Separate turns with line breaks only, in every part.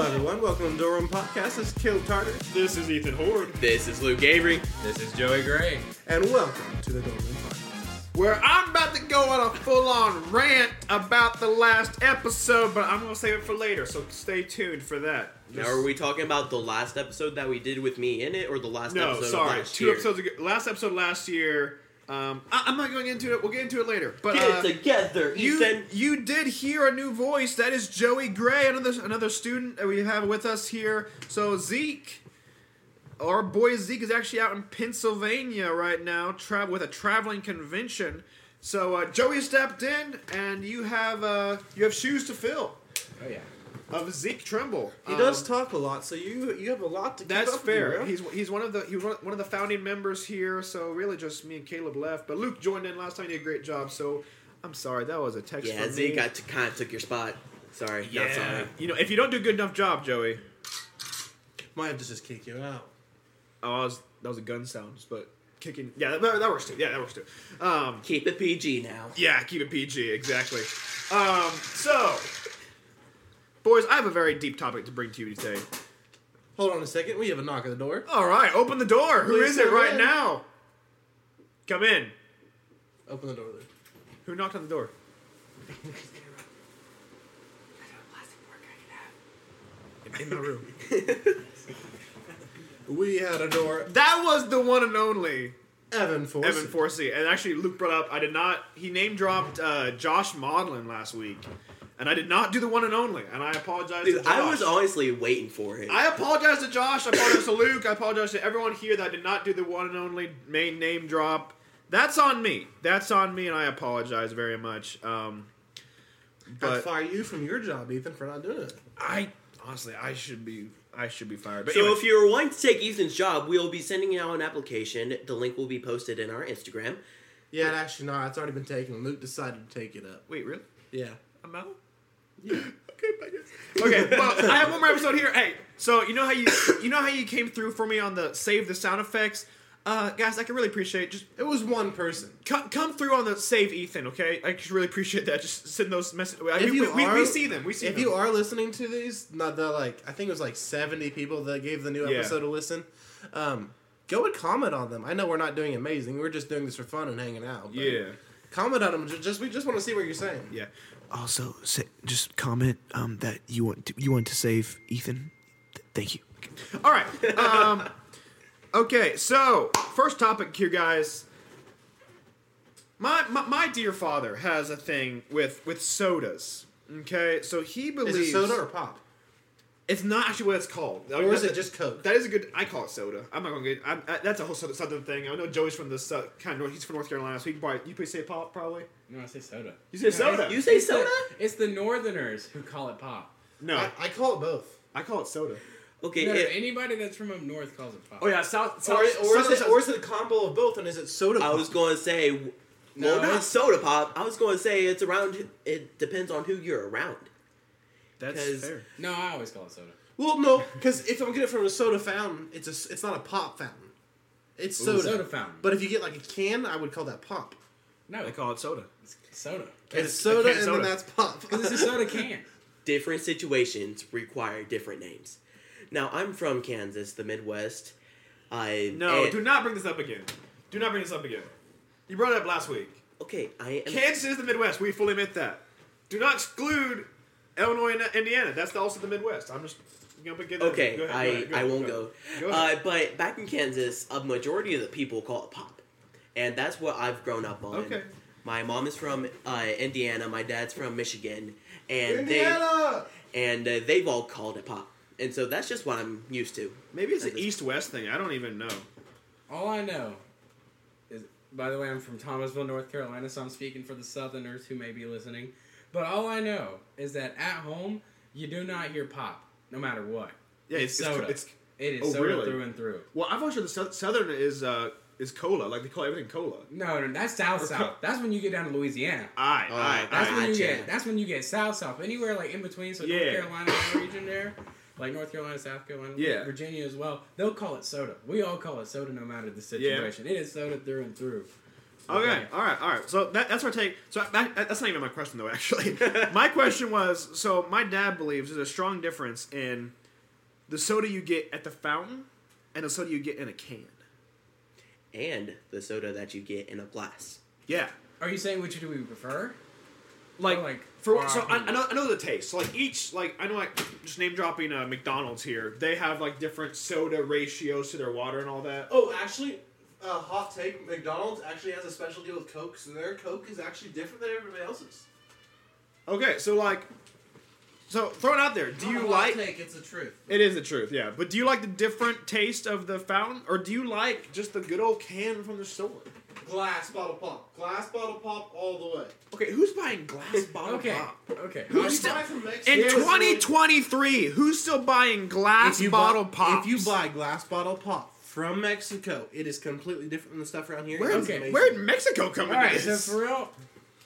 Hello, everyone. Welcome to the Dorm Podcast. This is Caleb Tarter.
This is Ethan Horde,
This is Luke Avery.
This is Joey Gray.
And welcome to the Dorm Podcast.
where I'm about to go on a full-on rant about the last episode, but I'm gonna save it for later, so stay tuned for that.
Now, are we talking about the last episode that we did with me in it, or the last
No,
episode
sorry,
of last
two
year?
episodes ago. Last episode last year. Um, I, I'm not going into it. We'll get into it later. But
Get
uh,
it together,
you
Ethan.
you did hear a new voice. That is Joey Gray, another another student that we have with us here. So Zeke, our boy Zeke is actually out in Pennsylvania right now, travel with a traveling convention. So uh, Joey stepped in, and you have uh, you have shoes to fill
Oh yeah.
of Zeke Trimble.
He does talk a lot, so you you have a lot to. keep
That's
up with,
fair.
bro.
He's he's one of the he was one of the founding members here. So really, just me and Caleb left. But Luke joined in last time. He did a great job. So I'm sorry that was a text.
Yeah,
from
Zeke
me.
got to, kind of took your spot. Sorry, not sorry.
You know, if you don't do a good enough job, Joey.
Might have to just kick you out.
Oh, I was, that was a gun sound, but kicking. Yeah, that, that works too. Yeah, that works too. Um,
Keep it PG now.
yeah, keep it PG exactly. Um, so, boys, I have a very deep topic to bring to you today.
Hold on a second. We have a knock at the door.
All right, open the door. Who
Please
is it
come
right
in.
now? Come in.
Open the door, Luke.
Who knocked on the door? In my room.
We had a door.
That was the one and only
Evan Force.
Evan Forsey. And actually, Luke brought up, I did not, he name dropped uh, Josh Maudlin last week. And I did not do the one and only. And I apologize to
Dude,
Josh.
I was honestly waiting for him.
I apologize to Josh. I apologize to Luke. I apologize to everyone here that I did not do the one and only main name drop. That's on me. That's on me, and I apologize very much. Um,
I'd
but
fire you from your job, Ethan, for not doing it.
I honestly, I should be, I should be fired. But
so
anyway.
if you're wanting to take Ethan's job, we'll be sending out an application. The link will be posted in our Instagram.
Yeah, and actually, no, it's already been taken. Luke decided to take it up.
wait, really?
Yeah.
I'm out.
Yeah.
Okay, well, I have one more episode here. Hey, so you know how you you know how you came through for me on the save the sound effects, uh, guys. I can really appreciate just
It was one person.
come, come through on the save Ethan. Okay, I just really appreciate that. Just send those messages. I
If
mean, we,
you
we,
are-
we see them. We see
If
them.
you are listening to these, not the like, I think it was like seventy people that gave the new
Yeah.
episode a listen. Um, go and comment on them. I know we're not doing amazing. We're just doing this for fun and hanging out. but
yeah,
Comment on them. ju- Just we just want to see what you're saying.
yeah.
also say, just comment um, that you want to, you want to save Ethan. Th- thank you.
All right. Um, okay, so first topic here, guys. My, my my dear father has a thing with with sodas. Okay, so he believes
Is it soda or pop,
It's not actually what it's called.
or is it just Coke?
That is a good. I call it soda. I'm not gonna get. I'm, I, that's a whole southern, southern thing. I know Joey's from the sou- kind of. North, he's from North Carolina, so he can probably you probably say pop probably.
No, I say soda.
You say soda.
You say soda?
It's the Northerners who call it pop.
no,
I,
I,
I call it both.
call it soda.
Okay,
no,
it-
anybody that's from up north calls it pop.
Oh yeah, south. south
or, or, is
southern-
it, or is it a combo of both? And is it soda?
I
pop?
was going to say, well,
No,
not
it's-
soda pop. I was going to say it's around. It depends on who you're around.
that's
'cause-
fair.
No, I always call it soda.
well, no, because if I'm getting it from a soda fountain, it's a s- it's not a pop fountain. It's soda.
soda fountain.
But if you get like a can, I would call that pop.
No,
I call it Oh, soda.
it's soda.
It's
It's a
soda,
can
and
soda.
then that's pop.
Because it's a soda can.
Different situations require different names. Now, I'm from Kansas, the Midwest. I
No,
and-
Eh. do not bring this up again. Do not bring this up again. You brought it up last week.
Okay, I am.
Kansas is the Midwest. We fully admit that. Do not exclude Illinois and Indiana. That's also the Midwest. I'm just gonna give that-
Okay,
go ahead,
I,
go ahead,
I won't
ahead.
go.
Go ahead.
Uh, but back in Kansas, a majority of the people call it pop, and that's what I've grown up on.
Okay.
My mom is from uh, Indiana. My dad's from Michigan, and
Indiana.
they and uh, they've all called it pop, and so that's just what I'm used to.
Maybe it's
At
an
this-
east-west thing. I don't even know.
All I know is, by the way, I'm from Thomasville, North Carolina, so I'm speaking for the Southerners who may be listening. But all I know is that at home, you do not hear pop, no matter what.
Yeah,
it's,
it's-
soda.
it's-
it is
oh,
soda
really?
through and through.
Well, I've always heard the sou- southern is uh, is cola. Like they call everything cola.
No, no, that's South South. That's when you get down to Louisiana.
Aye,
Oh,
aye,
right,
That's
aye.
right.
when you
Gotcha.
get. That's when you get south, south, anywhere like in between. So North
Yeah.
Carolina that region there, like North Carolina, South Carolina,
Yeah.
Virginia as well. They'll call it soda. We all call it soda, no matter the situation. It is soda through and through.
Okay, all right, all right. So that, that's our take. So that, that's not even my question, though. Actually, my question was: so my dad believes there's a strong difference in the soda you get at the fountain and the soda you get in a can.
and the soda that you get in a glass.
Yeah,
Are you saying which do we prefer?
like,
Or, like,
for what? So
our
I, I know I know the taste. So like each like I know like just name dropping uh, McDonald's here. They have like different soda ratios to their water and all that.
Oh, actually, uh, hot take: McDonald's actually has a special deal with Coke, so their Coke is actually different than everybody else's.
Oh, Okay, so like, so throw it out there. Do you like?
Take, it's the truth.
It is the truth, yeah. But do you like the different taste of the fountain, or do you like just the good old can from the store?
Glass bottle pop, glass bottle pop all the way.
Okay, who's buying glass bottle
Okay.
pop?
Okay.
Who's
You
still-
buy from Mexico-
In
Here's the-
2023, who's still buying glass
If you
bottle
buy,
pop?
If you buy glass bottle pop from Mexico, it is completely different than the stuff around here.
where
It's
Okay.
amazing.
where did Mexico come
All
into
right. So
this?
for real,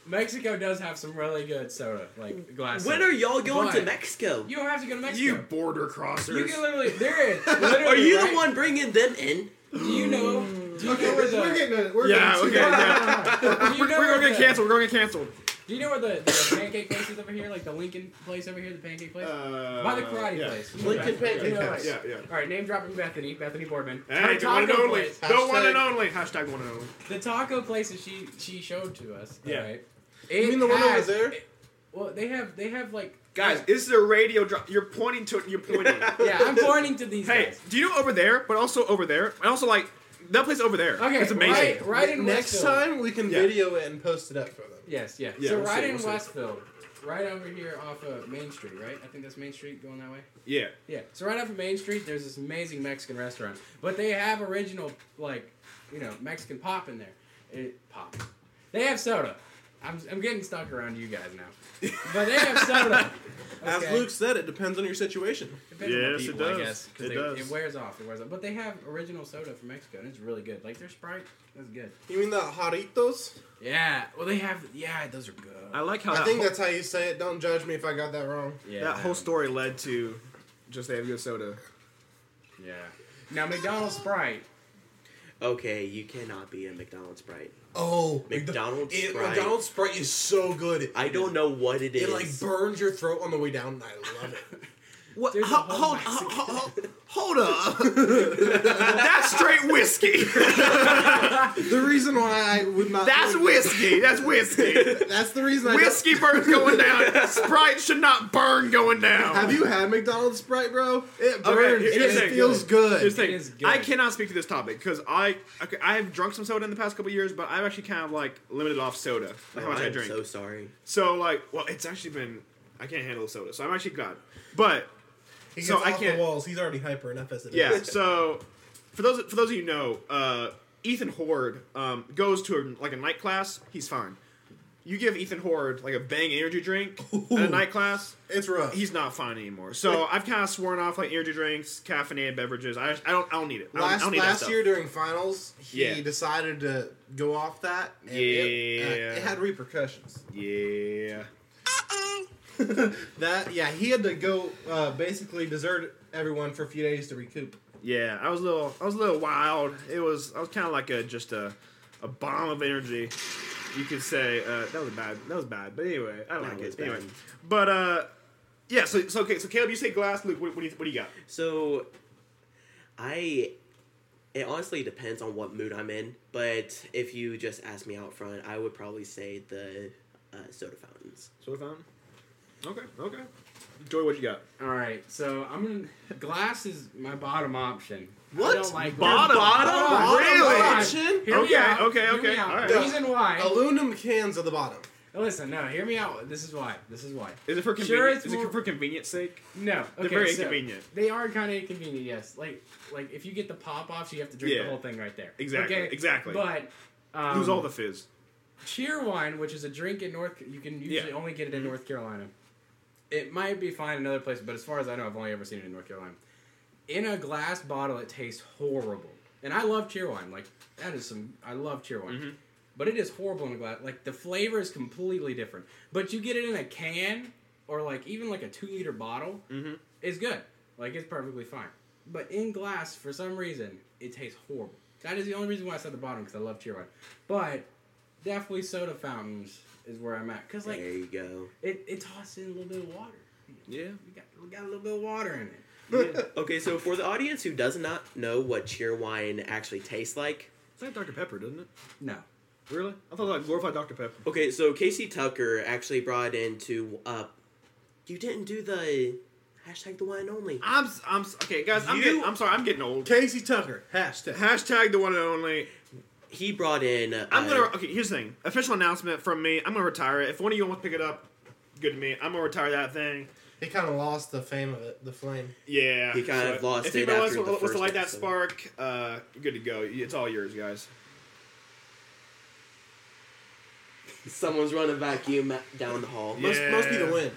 Mexico does have some really good soda, like glass.
When
soda.
are y'all going to
But-
Mexico?
You don't have to go to Mexico.
you border crossers.
You can literally there is. Literally,
Are you
right?
the one bringing them in?
Do you know? Do you know
Okay,
where
we're,
the?
we're getting a, we're
yeah,
getting
okay.
too far.
Yeah.
do you
We're,
know
we're
where
gonna get
the-
canceled. We're gonna get canceled.
Do you know where the, the pancake place is over here? Like the Lincoln place over here, the pancake place?
Uh,
By the karate
yeah.
place.
Lincoln Pancake
You know,
House.
Yeah, yeah.
All right, name dropping Bethany, Bethany Boardman.
Hey, the one and
taco
only.
place.
The one
Hashtag-
and only. Hashtag one and only.
The taco place that she she showed to us.
Yeah.
All right.
You
It
mean the one over
has-
there?
Well, they have they have like
Guys, this is a radio drop. You're pointing to it. You're pointing.
yeah, I'm pointing to these
Hey,
guys.
do you know over there, but also over there, and also like that place over there?
Okay,
it's amazing.
Right, right in
Next
Westfield.
time we can
Yeah.
video it and post it up for them.
Yes, yeah.
Yeah,
so
we'll
right
see,
in
we'll see.
Westfield, right over here off of Main Street, right? I think that's Main Street going that way.
Yeah,
Yeah. So right off of Main Street, there's this amazing Mexican restaurant, but they have original like, you know, Mexican pop in there. It pop. They have soda. I'm, I'm getting stuck around you guys now, but they have soda.
As
Okay?
Luke said, it depends on your situation.
Depends on the
Yes, it
people, I
does.
guess, 'cause
It
they-
does.
It wears off. It wears off. But they have original soda from Mexico, and it's really good. Like their Sprite, that's good.
You mean the Jaritos?
Yeah. Well, they have. Yeah, those are good.
I like how
I
that,
think
whole,
that's how you say it. Don't judge me if I got that wrong.
yeah.
that whole story led to just they have good soda.
Yeah. Now McDonald's Sprite.
Okay, you cannot be a McDonald's Sprite.
Oh,
McDonald's
it,
Sprite.
McDonald's Sprite is so good.
I don't know what it is.
It like burns your throat on the way down, and I love it.
What?
There's a
Ho-
whole
hold, ho- ho- ho- hold up. that's straight whiskey.
the reason why I would not.
That's whiskey. That's whiskey.
That's the reason. I don't-
Whiskey burns going down. Sprite should not burn going down.
Have you had McDonald's Sprite, bro? It burns.
Okay, here's
and
the
it
thing.
feels good.
Here's the
It
thing.
is good.
I cannot speak to this topic because I okay, I have drunk some soda in the past couple years, but I've actually kind of like limited off soda, like
Oh,
how much I
I'm
drink.
so sorry.
So like, well, it's actually been I can't handle soda, so I'm actually glad. But
He
so I can't-
walls. He's already hyper enough as it is.
yeah, so for those for those of you who know, uh, Ethan Horde um, goes to a, like a night class. He's fine. You give Ethan Horde like a Bang energy drink at a
Ooh.
night class.
it's rough.
He's not fine anymore. So I've kind of sworn off like energy drinks, caffeinated beverages. I, I don't I don't need it. I don't, I
last
don't need that
last
stuff.
year during finals, he
Yeah.
decided to go off that. And It,
Yeah.
uh, it had repercussions.
Yeah.
That yeah, he had to go uh, basically desert everyone for a few days to recoup.
Yeah, I was a little, I was a little wild. It was, I was kind of like a just a, a bomb of energy, you could say. Uh, that was bad. That was bad. But anyway, I don't
That
like
was
it.
bad.
Anyway, but uh, yeah. So, so okay. So Caleb, you say glass. Luke, what, what do you, what do you got?
So, I. It honestly depends on what mood I'm in, but if you just ask me out front, I would probably say the uh, soda fountains.
Soda fountain. Okay. Okay. Joy, what you got?
All right, so I'm gonna. Glass is my bottom option.
What?
I don't like
Bottom? Oh,
Bottom
Really?
option? Oh.
Hear me
Okay,
out,
okay,
hear me
okay,
out.
all right.
The reason why?
Aluminum cans are the bottom.
Listen, no. Hear me out. This is why. This is why.
Is it for
Sure,
convenience?
it's
is it
more-
for convenience sake?
No. Okay,
They're very
so
inconvenient.
They are kind of inconvenient. Yes. Like, like if you get the pop offs, you have to drink
Yeah.
the whole thing right there.
Exactly,
Okay?
exactly.
But. Um,
Lose all the fizz.
cheer wine, which is a drink in North, you can usually
Yeah.
only get it in North Carolina. It might be fine in other places, but as far as I know, I've only ever seen it in North Carolina. In a glass bottle, it tastes horrible. And I love cheer wine. Like that is some. I love cheer wine, but it is horrible in a glass. Like the flavor is completely different. But you get it in a can or like even like a two liter bottle, mm-hmm. it's good. Like it's perfectly fine. But in glass, for some reason, it tastes horrible. That is the only reason why I said the bottom because I love cheer wine. But definitely soda fountains is where I'm at. Cause
there
like
you go.
it, it tosses in a little bit of water.
Yeah.
We got we got a little bit of water in it.
Okay, so for the audience who does not know what cheer wine actually tastes like,
It's like Dr. Pepper, doesn't it?
No.
Really? I thought it was like glorified Dr. Pepper.
okay, so Casey Tucker actually brought into uh, you didn't do the hashtag the wine only.
I'm, s- I'm, s- okay, guys, I'm,
You-
getting, I'm sorry, I'm getting old.
Casey Tucker. Hashtag.
Hashtag the one and only.
He brought in. Uh,
I'm gonna, okay, here's the thing. Official announcement from me. I'm gonna retire it. If one of you wants to pick it up, good to me. I'm gonna retire that thing.
He kind of lost the fame of it, the flame.
Yeah.
He kind of lost
if
it
anybody wants
after
to-
the
wants
first
to light that
episode.
spark, uh, good to go. It's all yours, guys.
Someone's running a vacuum down the hall.
Yeah.
Must, must be the wind.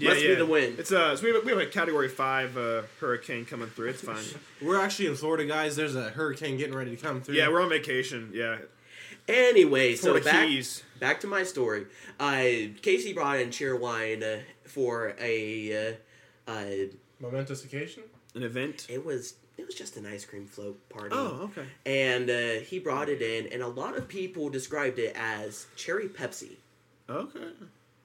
Must be the wind.
It's uh, so we have, a- we have a Category Five uh, hurricane coming through. It's fine.
We're actually in Florida, guys. There's a hurricane getting ready to come through.
yeah, we're on vacation. Yeah,
Anyway,
for
so
the
back
keys.
back to my story. Uh, Casey brought in cheer wine uh, for a. Uh, uh,
momentous occasion.
An event.
it was it was just an ice cream float party.
Oh, okay.
and uh, he brought it in, and a lot of people described it as cherry Pepsi.
Okay.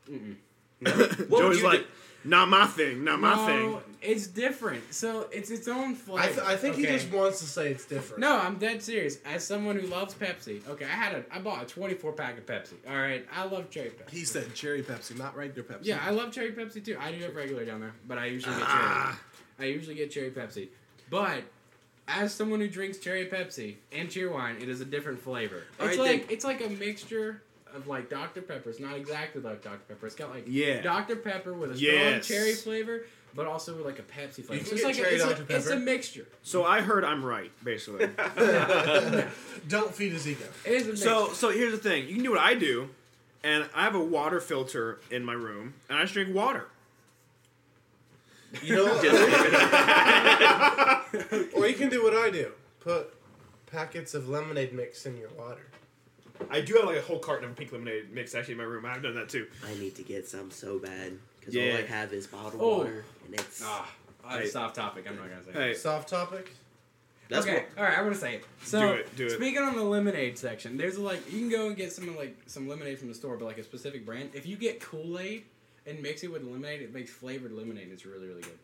What would
Joey's
you
like,
do-
not my thing. Not my thing.
it's different. So it's its own flavor.
I, th- I think he
okay?
just wants to say it's different.
No, I'm dead serious. As someone who loves Pepsi, okay, I had a I bought a 24 pack of Pepsi. All right, I love cherry Pepsi.
He said cherry Pepsi, not regular Pepsi.
Yeah, I love cherry Pepsi too. I do have regular down there, but I usually get cherry.
Ah.
I usually get cherry Pepsi. But as someone who drinks cherry Pepsi and cheer wine, it is a different flavor.
All
it's
right,
like
then.
it's like a mixture of like Dr Pepper. It's not exactly like Dr Pepper. It's got like
Yeah.
Dr Pepper with a
Yes.
strong cherry flavor, but also with like a Pepsi
can
flavor. So it's
get
like a,
cherry
it's,
Dr.
a, it's a
Pepper.
mixture.
So I heard I'm right, basically.
Don't feed his ego.
It is a mixture.
so so here's the thing. You can do what I do, and I have a water filter in my room, and I just drink water.
You know what? or you can do what I do. Put packets of lemonade mix in your water.
I do have like a whole carton of pink lemonade mix actually in my room. I've done that too.
I need to get some so bad because
Yeah.
all I have is bottled
Oh.
water, and it's
Ah,
Hey.
it's off topic. I'm not gonna say. it.
Hey,
Soft topic.
that's
okay,
what.
all right, I'm gonna say it. So,
Do it, do it.
speaking on the lemonade section, there's like you can go and get some like some lemonade from the store, but like a specific brand. If you get Kool Aid and mix it with lemonade, it makes flavored lemonade. It's really really good.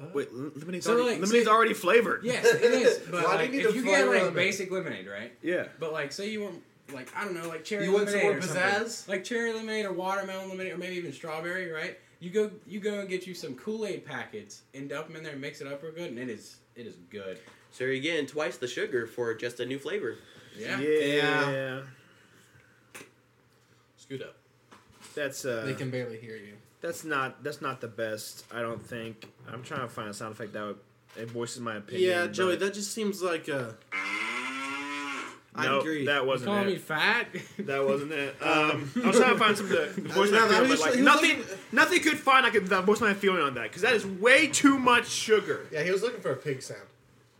What?
wait, l- lemonade's,
So,
already,
like,
lemonade's already flavored.
Yes, it is.
Why
But
do you
like,
need
if
to
you get
flavor
like
lemonade?
basic lemonade, right?
Yeah.
But like, say you want like I don't know, like cherry
You want some
lemonade
more
or something.
pizzazz?
like cherry lemonade or watermelon lemonade or maybe even strawberry, right? You go you go and get you some Kool Aid packets and dump them in there and mix it up real good, and it is it is good.
So you're getting twice the sugar for just a new flavor.
Yeah.
Yeah.
Scoot up.
That's uh.
They can barely hear you.
That's not that's not the best. I don't think. I'm trying to find a sound effect that would it voices my opinion.
Yeah, Joey,
but-
that just seems like a. I
no,
agree.
That
You
wasn't
calling
it.
me fat?
that wasn't it. Um, I was trying to find something. to voice
No,
my
that
feeling,
was
but, like,
just-
nothing, nothing could find I could that voice my feeling on that because that is way too much sugar.
yeah, he was looking for a pig sound.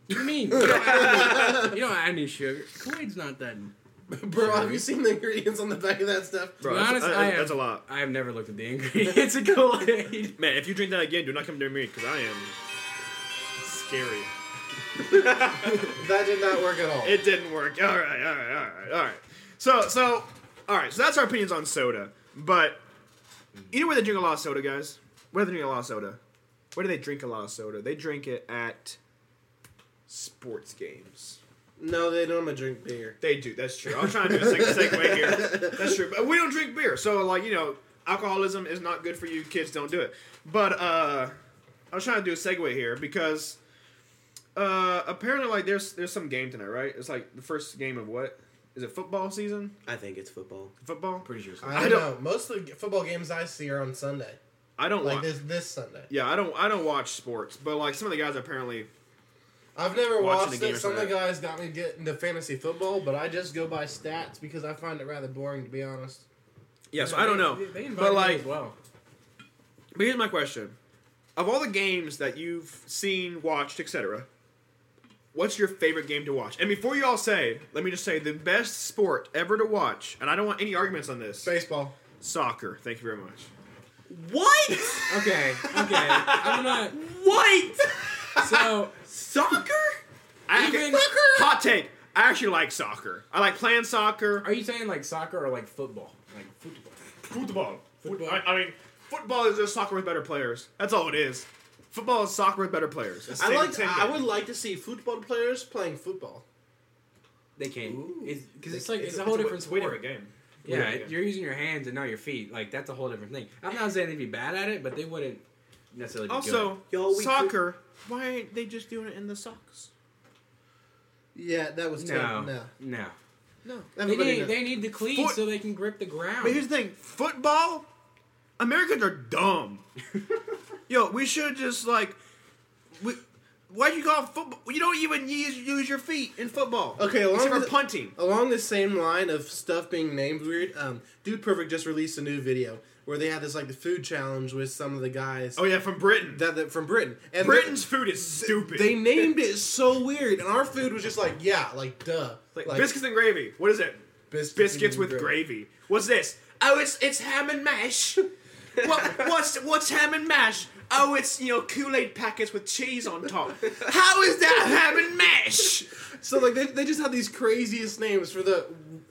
you mean you don't, add any, you don't add any sugar? Kool Aid's not that.
Bro, have you seen the ingredients on the back of that stuff?
Bro,
be
that's,
honest,
that-
I am-
that's a lot.
I have never looked at the ingredients of Kool Aid.
Man, if you drink that again, do not come near me because I am scary.
That did not work at all.
It didn't work. All right, all right, all right, all right. So, so, all right. So that's our opinions on soda. But you know where they drink a lot of soda, guys? Where do they drink a lot of soda? Where do they drink a lot of soda? They drink it at sports games.
no, they normally drink beer.
They do. That's true. I'm trying to do a seg- segue here. That's true. But we don't drink beer, so like you know, alcoholism is not good for you. Kids don't do it. But uh, I was trying to do a segue here because uh, apparently, like there's there's some game tonight, right? It's like the first game of what? Is it football season?
I think it's football.
Football?
Pretty sure. so.
I,
I
don't
don't-
know. Most of the football games I see are on Sunday,
I don't
like
watch.
this this Sunday.
Yeah, I don't. I don't watch sports, but like some of the guys apparently.
I've never
Watching the
watched
game
it.
or
Some of the
something.
guys got me get into fantasy football, but I just go by stats because I find it rather boring, to be honest.
Yeah, so I don't know.
They, they invited
But
me
like,
as well.
But here's my question: Of all the games that you've seen, watched, etc., what's your favorite game to watch? And before you all say, let me just say the best sport ever to watch, and I don't want any arguments on this.
Baseball.
Soccer. Thank you very much.
What?
Okay, okay. I'm not.
what?
So
Soccer?
I,
Even-
hot take. I actually like soccer. I like playing soccer.
Are you saying like soccer or like football? Like football.
Football.
Football.
I, I mean, football is just soccer with better players. That's all it is. Football is soccer with better players.
I
Same
like.
thing,
I
though.
would like to see football players playing football.
They can.
Ooh.
Because it's, like it's, a whole different
way
sport.
different game.
Yeah,
Yeah, yeah.
you're using your hands and not your feet. Like that's a whole different thing. I'm not saying they'd be bad at it, but they wouldn't necessarily. Be
Also,
Yo, we could-
soccer. Why ain't they just doing it in the socks?
Yeah, that was
good.
terrible.
no,
No.
no, no.
No.
They
Everybody
need,
knows.
they need the cleats
Foot-
so they can grip the ground.
But here's the thing: football. Americans are dumb. Yo, we should just like. We, why do you call it football? You don't even use, use your feet in football.
Okay, along
except for
the-
punting.
Along the same line of stuff being named weird, um, Dude Perfect just released a new video where they had this like the food challenge with some of the guys
Oh yeah, from Britain.
that, that from Britain. And
Britain's food is stupid.
they, they named it so weird, and our food was just like yeah, like duh,
like, biscuits and gravy. What is it?
biscuits,
Biscuits
and
with
gravy.
gravy. What's this? Oh, it's it's ham and mash. what what's what's ham and mash? Oh, it's you know Kool Aid packets with cheese on top. How is that ham and mash?
So like they, they just have these craziest names for the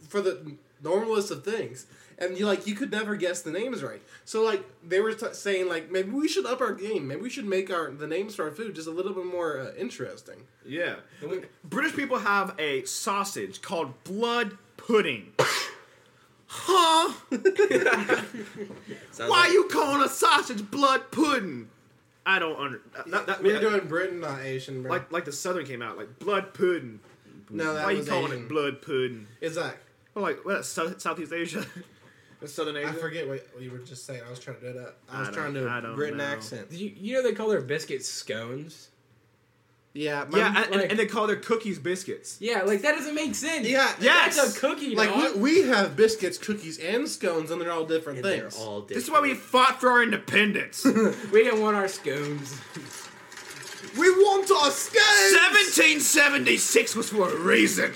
for the normalest of things, and you like you could never guess the names right. So like they were t- saying like maybe we should up our game. Maybe we should make our the names for our food just a little bit more uh, interesting.
Yeah.
we-
British people have a sausage called blood pudding. huh?
Sounds
Why
like-
you calling a sausage blood pudding? I don't under. That, that,
We're doing Britain, not Asian, bro.
like like the southern came out like blood pudding.
no, that
Why you
was
calling
Asian.
it blood pudding?
It's like
Well, like well, that's South, Southeast Asia. that's Southern Asia.
I forget what you were just saying. I was trying to do it up.
I
I was
don't-
trying to
I don't
Britain
know.
accent.
Did you, you know they call their biscuits scones.
Yeah, my-
Yeah, and, and-
like-
and they call their cookies biscuits.
Yeah, like that doesn't make sense.
Yeah,
Yes!
that's a cookie.
Like
dog.
we, we have biscuits, cookies, and scones, and they're all different
and they're
things.
all
This is why we
different.
fought for our independence.
we didn't want our scones.
we want our scones.
1776 was for a reason.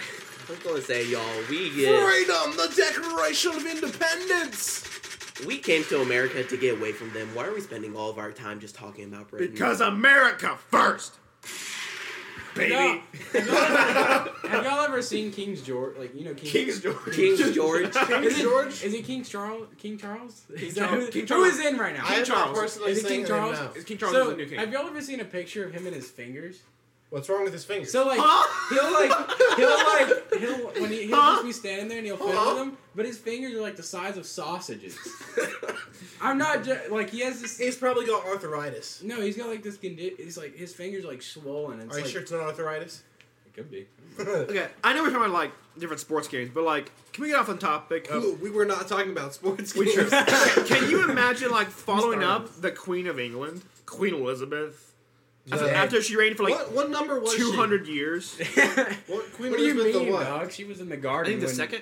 I'm gonna say, y'all, we get,
Freedom, the Declaration of Independence.
we came to America to get away from them. Why are we spending all of our time just talking about Britain?
Because America first. Baby.
No. Have y'all ever- have y'all ever seen King's George? Like you know King,
King's George.
King George.
is it,
George?
Is it King Charles? King Charles? King
Charles-
Who,
King
who is
Charles.
in right now?
I am not
Charles.
personally
Is it
saying
King
that I
Charles?
know.
It's King Charles
so,
is the new king.
Have y'all ever seen a picture of him and his fingers?
What's wrong with his fingers?
So like
Huh?
he'll like he'll like he'll when he, he'll
Huh?
just be standing there and he'll film
Huh?
them, but his fingers are like the size of sausages. I'm not ju- like he has this.
he's probably got arthritis.
No, he's got like this condi- He's like his fingers are like swollen. It's
Are you
like,
sure it's not arthritis?
It could be.
Okay, I know we're talking about like different sports games, but like, can we get off on topic? of-
Ooh, we were not talking about sports
We
games.
should- can you imagine like following
starting.
up the Queen of England, Queen Elizabeth, after,
Yeah.
after she reigned for like
what, what number was she?
200 years?
What, Queen
what do you
Elizabeth the
mean,
what?
dog? She was in the
I
garden.
think the
when-
second.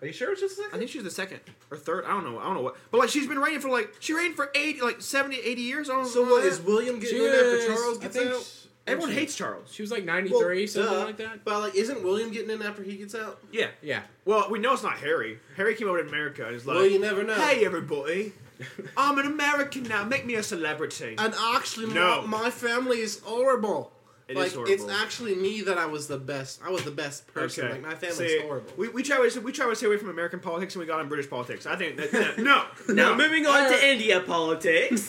Are you sure it's just a second?
I think she's the second or third. I don't know. I don't know what. But like she's been reigning for like she reigned for 80 like 70 80 years. I don't
So
know.
what
that.
is William
She
getting in after
was-
Charles
I
gets
think
out?
sh-
Everyone
she-
hates Charles.
She was like 93, something
duh.
like that.
But like, isn't William getting in after he gets out?
Yeah.
Yeah.
Well, we know it's not Harry. Harry came over to America and is like,
well, you never know.
"Hey everybody, I'm an American now. Make me a celebrity."
and actually, my-
No.
my, family is horrible.
It
like,
is horrible.
it's actually me that I was the best. I was the best person. Like, my family's
See,
horrible.
We, we try we try to stay away from American politics and we got on British politics. I think that, that- no,
now
no,
moving on
Alright.
to India politics.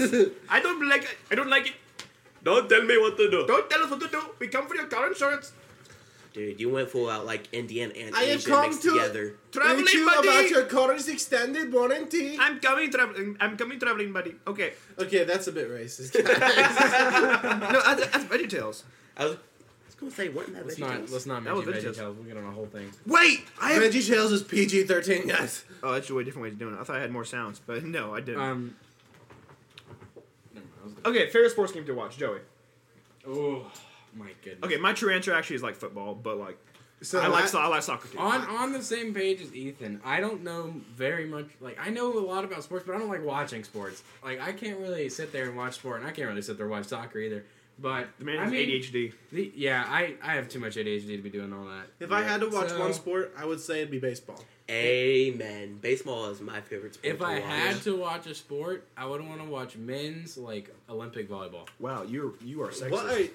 I don't like it. I don't like it.
Don't tell me what to do.
Don't tell us what to do. We come for your car insurance.
Dude, you went full out like Indian and
I have
Asian
come
mixed
to-
together.
Traveling
Did you
buddy.
about your car's extended warranty?
I'm coming traveling. I'm coming traveling buddy. Okay,
okay, that's a bit racist.
no, that's, that's Veggie Tales.
I was, I was gonna say, wasn't that
Let's
Veggie
not
Tales?
let's not
That was Veggie
mention Veggie
Tales.
Tales. We'll get on a whole thing.
Wait, I have.
Veggie Tales is PG thirteen, guys.
Oh, that's a way different way of doing it. I thought I had more sounds, but no, I didn't.
Um. never mind, I was gonna-
okay, favorite sports game to watch, Joey.
Oh my goodness.
Okay, my true answer actually is like football, but like
So
I like
that-
so- I like soccer too.
On on the same page as Ethan, I don't know very much. Like I know a lot about sports, but I don't like watching sports. Like I can't really sit there and watch sport, and I can't really sit there and watch soccer either. But
the man
I
has
mean,
ADHD.
the- yeah, I I have too much ADHD to be doing all that.
If I had to watch
So-
one sport, I would say it'd be baseball.
Amen. Baseball is my favorite sport.
If
to
I
watch.
had to watch a sport, I would want to watch men's like Olympic volleyball.
Wow, you're you are sexist.
What?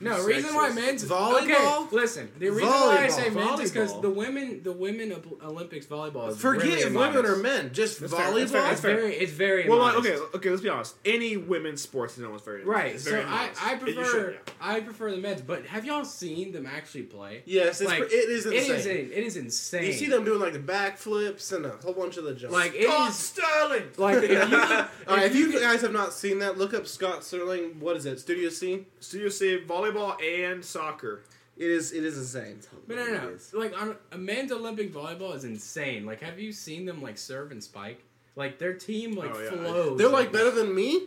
No, reason why
Sexist.
men's
Volleyball?
Okay, listen, the reason why I
Volleyball.
say men's is because
Volleyball.
the women, the women Op- Olympics volleyball is
Forget
really
if
immodest.
women or men. Just volleyball.
fair,
It's very, it's very.
Well, like,
immodest.
okay, okay. Let's be honest. Any women's sports is almost very
Right.
It's
So
very
I,
honest.
I
It- you
prefer
should, yeah.
I prefer the Mets, but have y'all seen them actually play?
Yes, it's
Like,
pr- it is
It is
insane.
in- it is insane.
you see them doing like the backflips and a whole bunch of the jumps.
like it
God,
is
Sterling.
like if you
All right, if you
could-
guys have not seen that, look up Scott Sterling. What is it? Studio C.
So you say volleyball and soccer.
It is. It is insane.
But no, no, no. Like on a men's Olympic volleyball is insane. Like, have you seen them like serve and spike? Like their team like
Oh, yeah.
flows.
They're like better than me.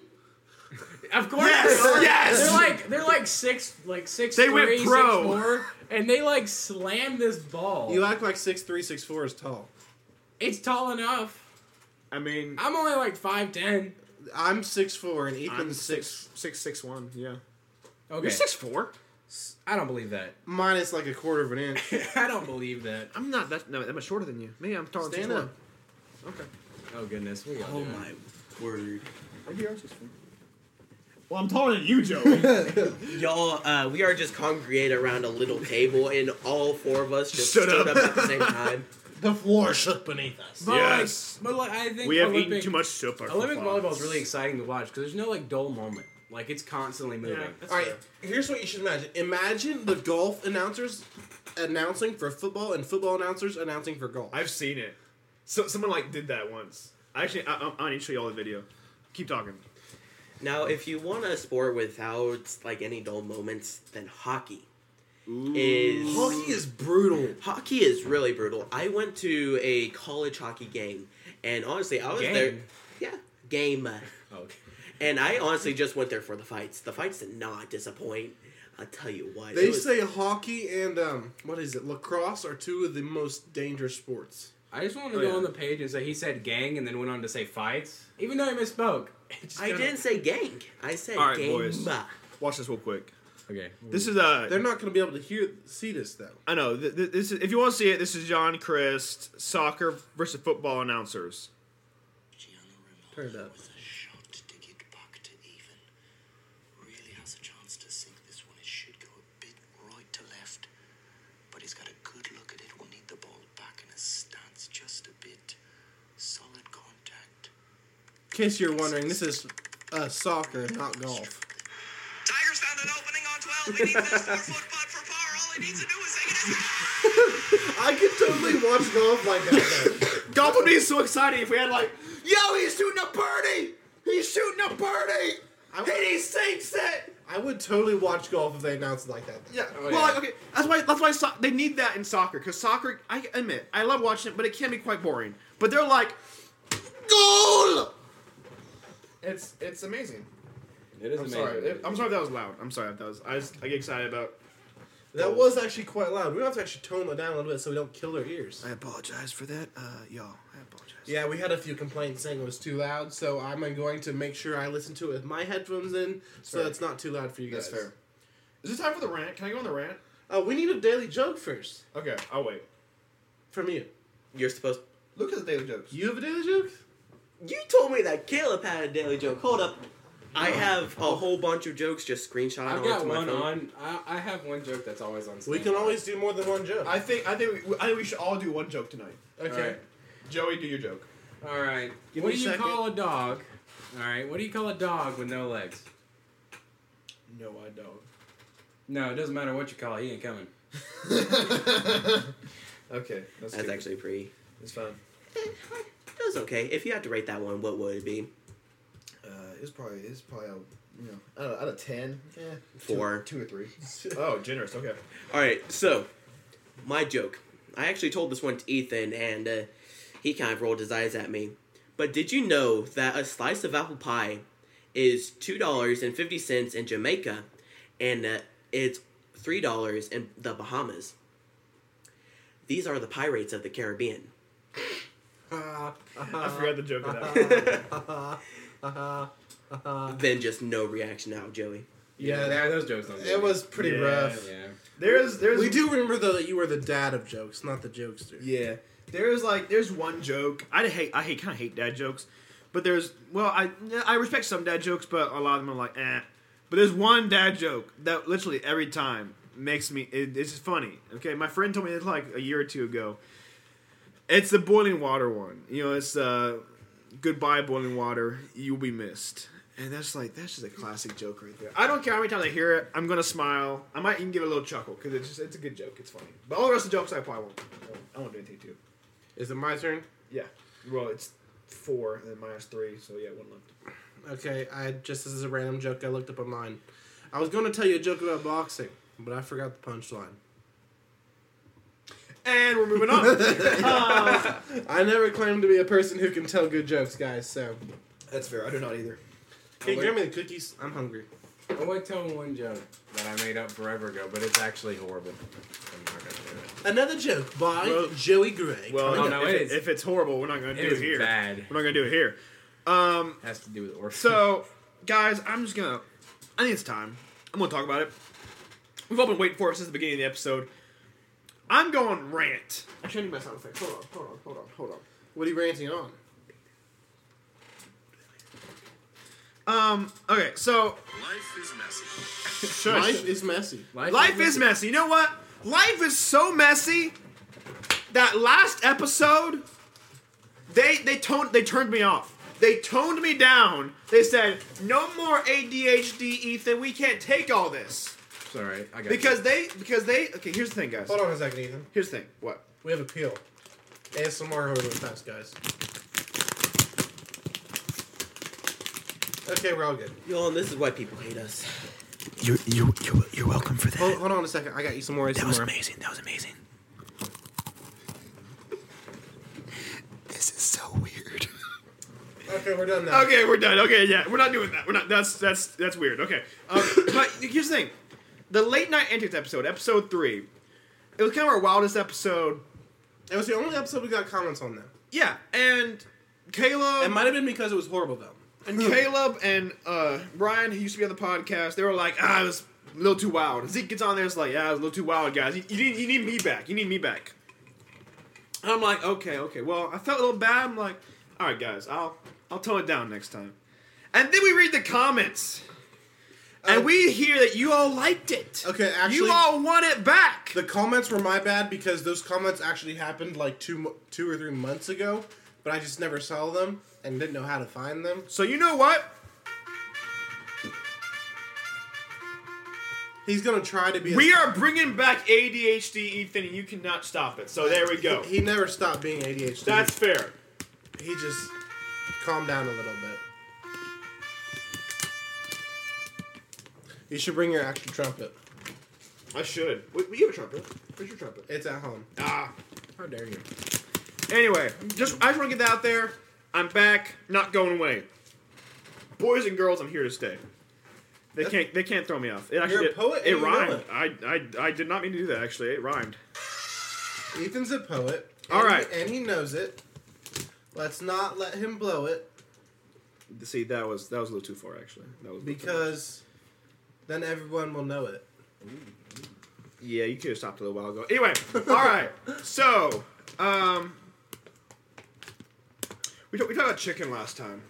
Of course.
Yes,
they are.
yes!
They're like they're like six like six.
They went
three, six
pro.
four, and they like slam this ball.
You act like six three, six four is tall.
it's tall enough.
I mean,
I'm only like five ten.
I'm six four and
I'm
Ethan's
six
six
six six one. Yeah,
Okay.
you're six four.
I don't believe that.
minus like a quarter of an inch.
I don't believe that.
I'm not that. No, I'm much shorter than you. Maybe I'm taller. than
Stand up.
Okay.
Oh goodness. We all
Oh
do it.
my word.
Maybe you are six four. Well, I'm taller than you, Joey.
Y'all, uh, we are just congregated around a little table, and all four of us just
Shut
stood
up.
up. at the same time.
the floor shook beneath us.
But
Yes.
Like, but like I think
we have
Olympic,
eaten too much soup. our
Olympic
football.
volleyball is really exciting to watch because there's no like dull moment. Like it's constantly moving.
Yeah.
All right, here's what you should imagine. Imagine the golf announcers announcing for football and football announcers announcing for golf.
I've seen it. So someone like did that once. Actually, I, I, I need to show you all the video. Keep talking.
Now, if you want a sport without like any dull moments, then hockey is
Hockey is brutal.
hockey is really brutal. I went to a college hockey game, and honestly, I was
Game?
there. Yeah, game.
Oh, Okay.
And I honestly just went there for the fights. The fights did not disappoint. I'll tell you what.
They
it was-
say hockey and um, what is it? Lacrosse are two of the most dangerous sports.
I just want to
Oh,
go
yeah.
on the page and say he said gang and then went on to say fights, even though he misspoke. Just
I
kinda-
didn't say gang. I said
All right,
game.
boys. Watch this real quick.
Okay.
This is uh,
They're not going to be able to hear see this though.
I know. Th- th- this is, if you want to see it, this is John Christ, soccer versus football announcers.
Turn it up.
with a shot to get back to even. Really has a chance to sink this one. It should go a bit right to left, but he's got a good look at it. Will need the ball back in his stance just a bit. Solid contact.
In case you're wondering, this is uh, soccer, not golf.
Tiger's found an opening on 12. He needs this four foot putt for par. All he needs to do is hit it.
I could totally watch golf like that.
Golf would be so exciting if we had like
Yo, he's shooting a birdie. He's shooting a birdie. I would, he sinks it. I would totally watch golf if they announced it like that.
Yeah.
Oh,
well,
yeah.
Like, okay. That's why. That's why so- they need that in soccer because soccer. I admit, I love watching it, but it can be quite boring. But they're like, goal. It's it's amazing.
It is
I'm
amazing.
sorry. I'm sorry if that was loud. I'm sorry if that was. I just I get excited about.
That was actually quite loud. We have to actually tone it down a little bit so we don't kill their ears.
I apologize for that, uh, y'all. I apologize.
Yeah, we had a few complaints saying it was too loud, so I'm going to make sure I listen to it with my headphones in, so
fair.
it's not too loud for you guys.
Is it time for the rant? Can I go on the rant?
Uh, we need a daily joke first
Okay, I'll wait.
from you.
You're supposed.
Look at the daily jokes.
You have a daily joke?
You told me that Caleb had a daily joke. Hold up. I have a whole bunch of jokes just screenshot
I've
onto
got
my
one
phone.
on. I, I have one joke that's always on.
We
standby.
can always do more than one joke.
I think I think we, I think we should all do one joke tonight.
okay.
Joey, do your joke.
All right.
Give
what
me
do
a
you
second.
call a dog? All right. What do you call a dog with no legs?
No, I don't.
No, it doesn't matter what you call it. He ain't coming.
Okay, that's,
That's
good.
actually pretty.
it's fine.
That was okay. If you had to rate that one, what would it be?
Uh, it's probably it's probably a, you know out of, out of ten, yeah,
Four.
two or three.
Oh, generous. Okay.
All right, so my joke. I actually told this one to Ethan, and uh, he kind of rolled his eyes at me. But did you know that a slice of apple pie is two dollars and fifty cents in Jamaica, and uh, it's three dollars in the Bahamas? These are the pirates of the Caribbean.
I forgot the joke of that.
then just no reaction out, of Joey.
Yeah, that,
Yeah, those jokes don't. do
it was pretty
Yeah.
rough.
Yeah.
There's there's
We do remember though that you were the dad of jokes, not the jokester.
Yeah. There's like there's one joke. I hate I hate kind of hate dad jokes, but there's well I I respect some dad jokes, but a lot of them are like eh. But there's one dad joke that literally every time makes me. It, it's just funny. Okay, my friend told me this like a year or two ago. It's the boiling water one. You know, it's uh, goodbye boiling water. You'll be missed. And that's like that's just a classic joke right there. I don't care how many times I hear it. I'm gonna smile. I might even give it a little chuckle because it's just it's a good joke. It's funny. But all the rest of the jokes I probably won't. I won't, I won't do anything to.
Is it my turn?
Yeah. Well, it's four and then minus three, so yeah, one left.
Okay, I just this is a random joke I looked up online. I was going to tell you a joke about boxing, but I forgot the punchline.
And we're moving on.
I never claimed to be a person who can tell good jokes, guys. So
That's fair. I do not either.
can you grab me the cookies? I'm hungry.
Oh, I would tell one joke that I made up forever ago, but it's actually horrible. I'm not gonna do it.
Another joke by
Well-
Joey Gray.
Well,
Oh,
if,
no,
if
it
it-
is.
if it's horrible, we're not going to
It
do it
is
here.
bad.
We're not going to do it here. Um,
has to do with orphans.
so, guys, I'm just going to. I think it's time. I'm going to talk about it. We've all been waiting for it since the beginning of the episode. I'm going rant. Actually, I need my sound effect. Hold on, hold on, hold on, hold on.
what are you ranting on?
Um, okay, so.
Life is messy.
Shush.
Life is messy.
Life is messy. You know what? Life is so messy that last episode they they toned they turned me off. They toned me down. They said, "No more ADHD, Ethan. We can't take all this."
Sorry, I got
Because they because they Okay, here's the thing, guys.
Hold on a second, Ethan.
Here's the thing. What?
We have a peel. ASMR over the past, guys. Okay, we're all good.
Y'all, and this is why people hate us.
You're you're you're, you're welcome for that.
Hold, hold on a second. I got you some more ASMR.
that was amazing. That was amazing. This is so weird.
Okay, we're done now.
Okay, we're done. Okay, yeah, we're not doing that. We're not. That's that's that's weird. Okay, um, but here's the thing: the late night antics episode, episode three, it was kind of our wildest episode.
It was the only episode we got comments on though.
Yeah, and Caleb
It might have been because it was horrible though.
And Caleb and uh, Brian, who used to be on the podcast, they were like, ah, it was a little too wild. Zeke gets on there, it's like, yeah, it was a little too wild, guys. You, you, need, you need me back. You need me back. And I'm like, okay, okay. Well, I felt a little bad. I'm like, all right, guys, I'll I'll tone it down next time. And then we read the comments, and
Uh,
we hear that you all liked it.
Okay, actually-
you all want it back.
The comments were my bad because those comments actually happened like two, mo- two or three months ago, but I just never saw them and didn't know how to find them.
so you know what?
He's gonna try to be. a-
We are bringing back ADHD, Ethan, and you cannot stop it. So there we go.
He never stopped being ADHD.
That's fair.
he just calmed down a little bit. You should bring your actual trumpet.
I should. We, we have a trumpet. Where's your trumpet?
It's at home.
Ah.
How dare you?
Anyway, just I just want to get that out there. I'm back, not going away. Boys and girls, I'm here to stay. They can't. They can't throw me off. It actually.
You're a poet
It,
and you know
rhymed.
it.
I, I. I did not mean to do that. Actually, it rhymed.
Ethan's a poet.
All
and-
right.
and he knows it. Let's not let him blow it
See, that was that was a little too far. Actually, that was a little too far.
because then everyone will know it.
Yeah, you could have stopped a little while ago. Anyway, all right. So, um, we talked, we talked about chicken last time.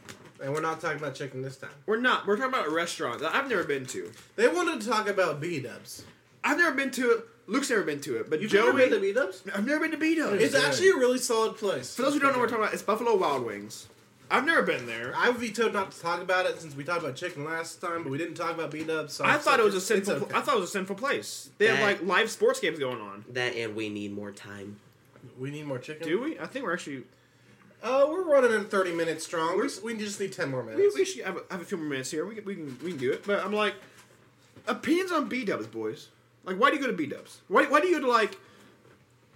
And we're not talking about chicken this time.
We're not. We're talking about a restaurant that I've never been to.
They wanted to talk about B dubs.
I've never been to it. Luke's never been to it, but
You've
Joey.
never been to B dubs?
I've never been to Beto.
It's
It's-
actually a really solid place.
for those who don't know what we're talking about, it's Buffalo Wild Wings. I've never been there. I,
I vetoed not to talk about it since we talked about chicken last time, but we didn't talk about B dubs. So I'm
thought it was a
it's- it's
sinful.
okay.
I thought it was a sinful place. They have like
That-
live sports games going on.
That and we need more time.
we need more chicken.
Do we? I think we're actually.
Oh, we're running in 30 minutes strong. We, we just need 10 more
We,
minutes.
we should have a, have a few more minutes here. We can, we can we can do it. But I'm like, opinions on B Dubs, boys. Like, why do you go to B Dubs? Why why do you go to like?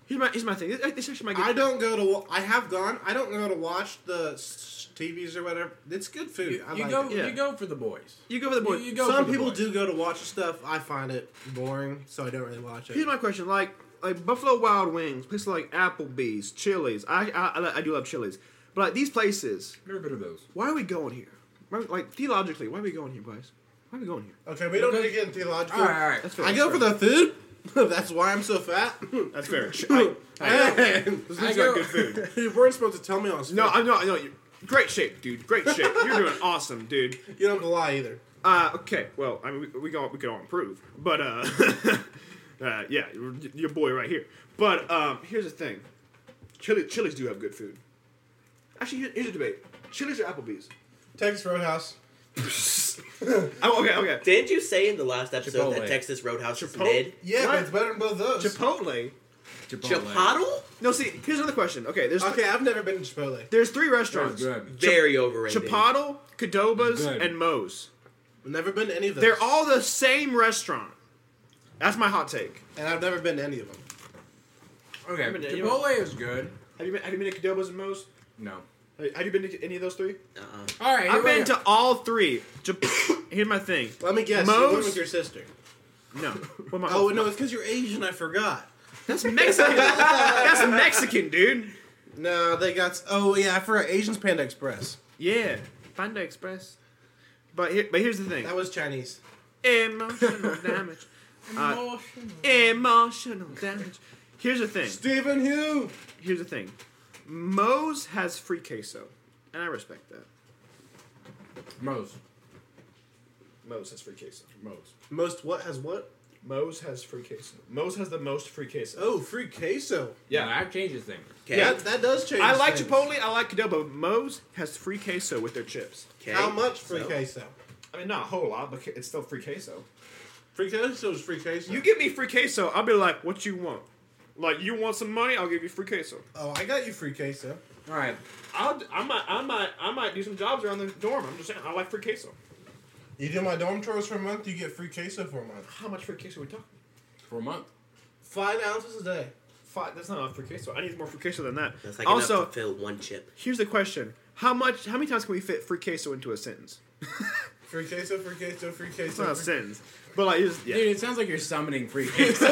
Here's my here's my thing. This, this actually might get.
I don't go to. wa- I have gone. I don't go to watch the s- TVs or whatever. It's good food. I
you
like
go.
it.
Yeah.
You go for the boys.
you go for the boys.
you go
Some
for the
people
boys.
do go to watch stuff. I find it boring, so I don't really watch it.
Here's my question: like, like Buffalo Wild Wings, places like Applebee's, Chili's. I I, I, I do love Chili's, but like these places,
Never been to those.
why are we going here? Why, like theologically, why are we going here, guys? Why are we going here?
Okay, we don't need to get in theological.
All right, all right.
That's fair.
I go for the food. That's why I'm so fat.
That's fair. I,
I
I
go-
you weren't supposed to tell me on.
no,
I,
I'm not. No, you're great shape, dude. Great shape. You're doing awesome, dude.
you don't have to lie either.
Uh, okay, well, I mean, we, we, all, we could all improve, but uh, uh, yeah, your- your boy right here. But um, here's the thing, Chili, Chili's do have good food. Actually, here- here's a debate: Chili's or Applebee's?
Texas Roadhouse.
Oh, okay, okay.
Didn't you say in the last episode
Chipotle.
that Texas Roadhouse is
Chipotle?
mid?
Yeah,
What?
but it's better than both those.
Chipotle.
Chipotle?
No, see, here's another question. Okay, there's th-
okay, I've never been to Chipotle.
there's three
That's
restaurants:
good.
Very overrated.
Chipotle, Cadobas,
Good.
and Moe's.
I've never been to any of those.
They're all the same restaurant. That's my hot take.
and I've never been to any of them.
Okay,
But, uh, you
Chipotle is good.
Have you been, have you been to Cadobas and Moe's?
No.
Have have you been to any of those three?
Uh-uh.
All right,
I've
here we
been
go.
to all three. Jap- Here's my thing.
Let me guess. You
Moe's?
went with your sister.
No. What am I-
Oh no, it's because you're Asian. I forgot.
that's Mexican. that's Mexican, dude.
No, they got. Oh yeah, I forgot. Asians Panda Express.
Yeah. Panda Express. But here, but here's the thing.
That was Chinese.
Emotional damage. Uh, emotional damage. Here's the thing.
Stephen Hugh.
Here's the thing. Moe's has free queso, and I respect that.
Moe's.
Moe's has free queso. Moe's.
Most what has what?
Moe's has free queso. Moe's has the most free queso.
Oh, free queso.
Yeah, that changes things.
Okay.
Yeah, that, that does change.
I like
things.
Chipotle. I like Cadoba. but Moe's has free queso with their chips.
okay.
How much free
So,
queso?
I mean, not a whole lot, but it's still free queso.
Free queso is free queso.
You give me free queso, I'll be like, "What you want? Like, you want some money? I'll give you free queso."
oh, I got you free queso.
All right.
I'll, I might, I might, I might do some jobs around the dorm. I'm just saying, I like free queso.
You do my dorm chores for a month, you get free queso for a month.
How much free queso are we talking?
For a month.
Five ounces a day.
Five. That's not enough free queso. I need more free queso than that.
That's like
also,
enough to fill one chip.
here's the question: How much? How many times can we fit free queso into a sentence?
Free queso, free queso, free
It's not
queso.
a sentence, but like, it's, yeah.
Dude, it sounds like you're summoning free queso.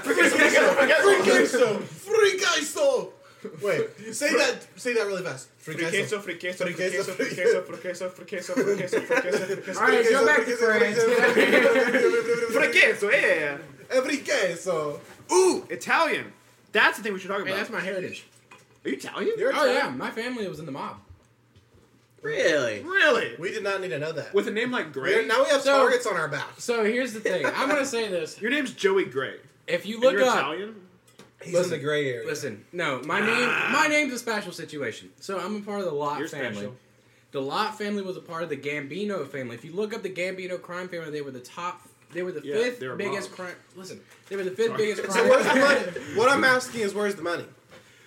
Free queso, free queso. Wait, say that. Say that really fast. Free
Free
queso.
queso, free queso, free
Free queso,
queso, free queso, free queso, free queso, free queso, free queso, free queso.
All right, go back to France.
Free queso, yeah.
Every queso.
Ooh, Italian. That's the thing we should talk about.
Man, that's my heritage.
Are you Italian?
You're
Oh yeah,
Italian.
my family was in the mob.
Really?
Really?
We did not need to know that.
With a name like
We're-
Gray?
now we have
So-
targets on our backs.
So here's the thing. I'm gonna say this.
Your name's Joey Gray.
If you
And
look
you're
up,
Italian?
He's in the gray area.
listen. No, my name. My name's a special situation. So I'm a part of the Lot
Ah. You're
family.
special.
The Lot family was a part of the Gambino family. If you look up the Gambino crime family, they were the top. They were the
Yeah,
fifth
they're a
biggest
mob.
crime. Listen, they were the fifth biggest crime.
So where's the money? What I'm asking is where's the money?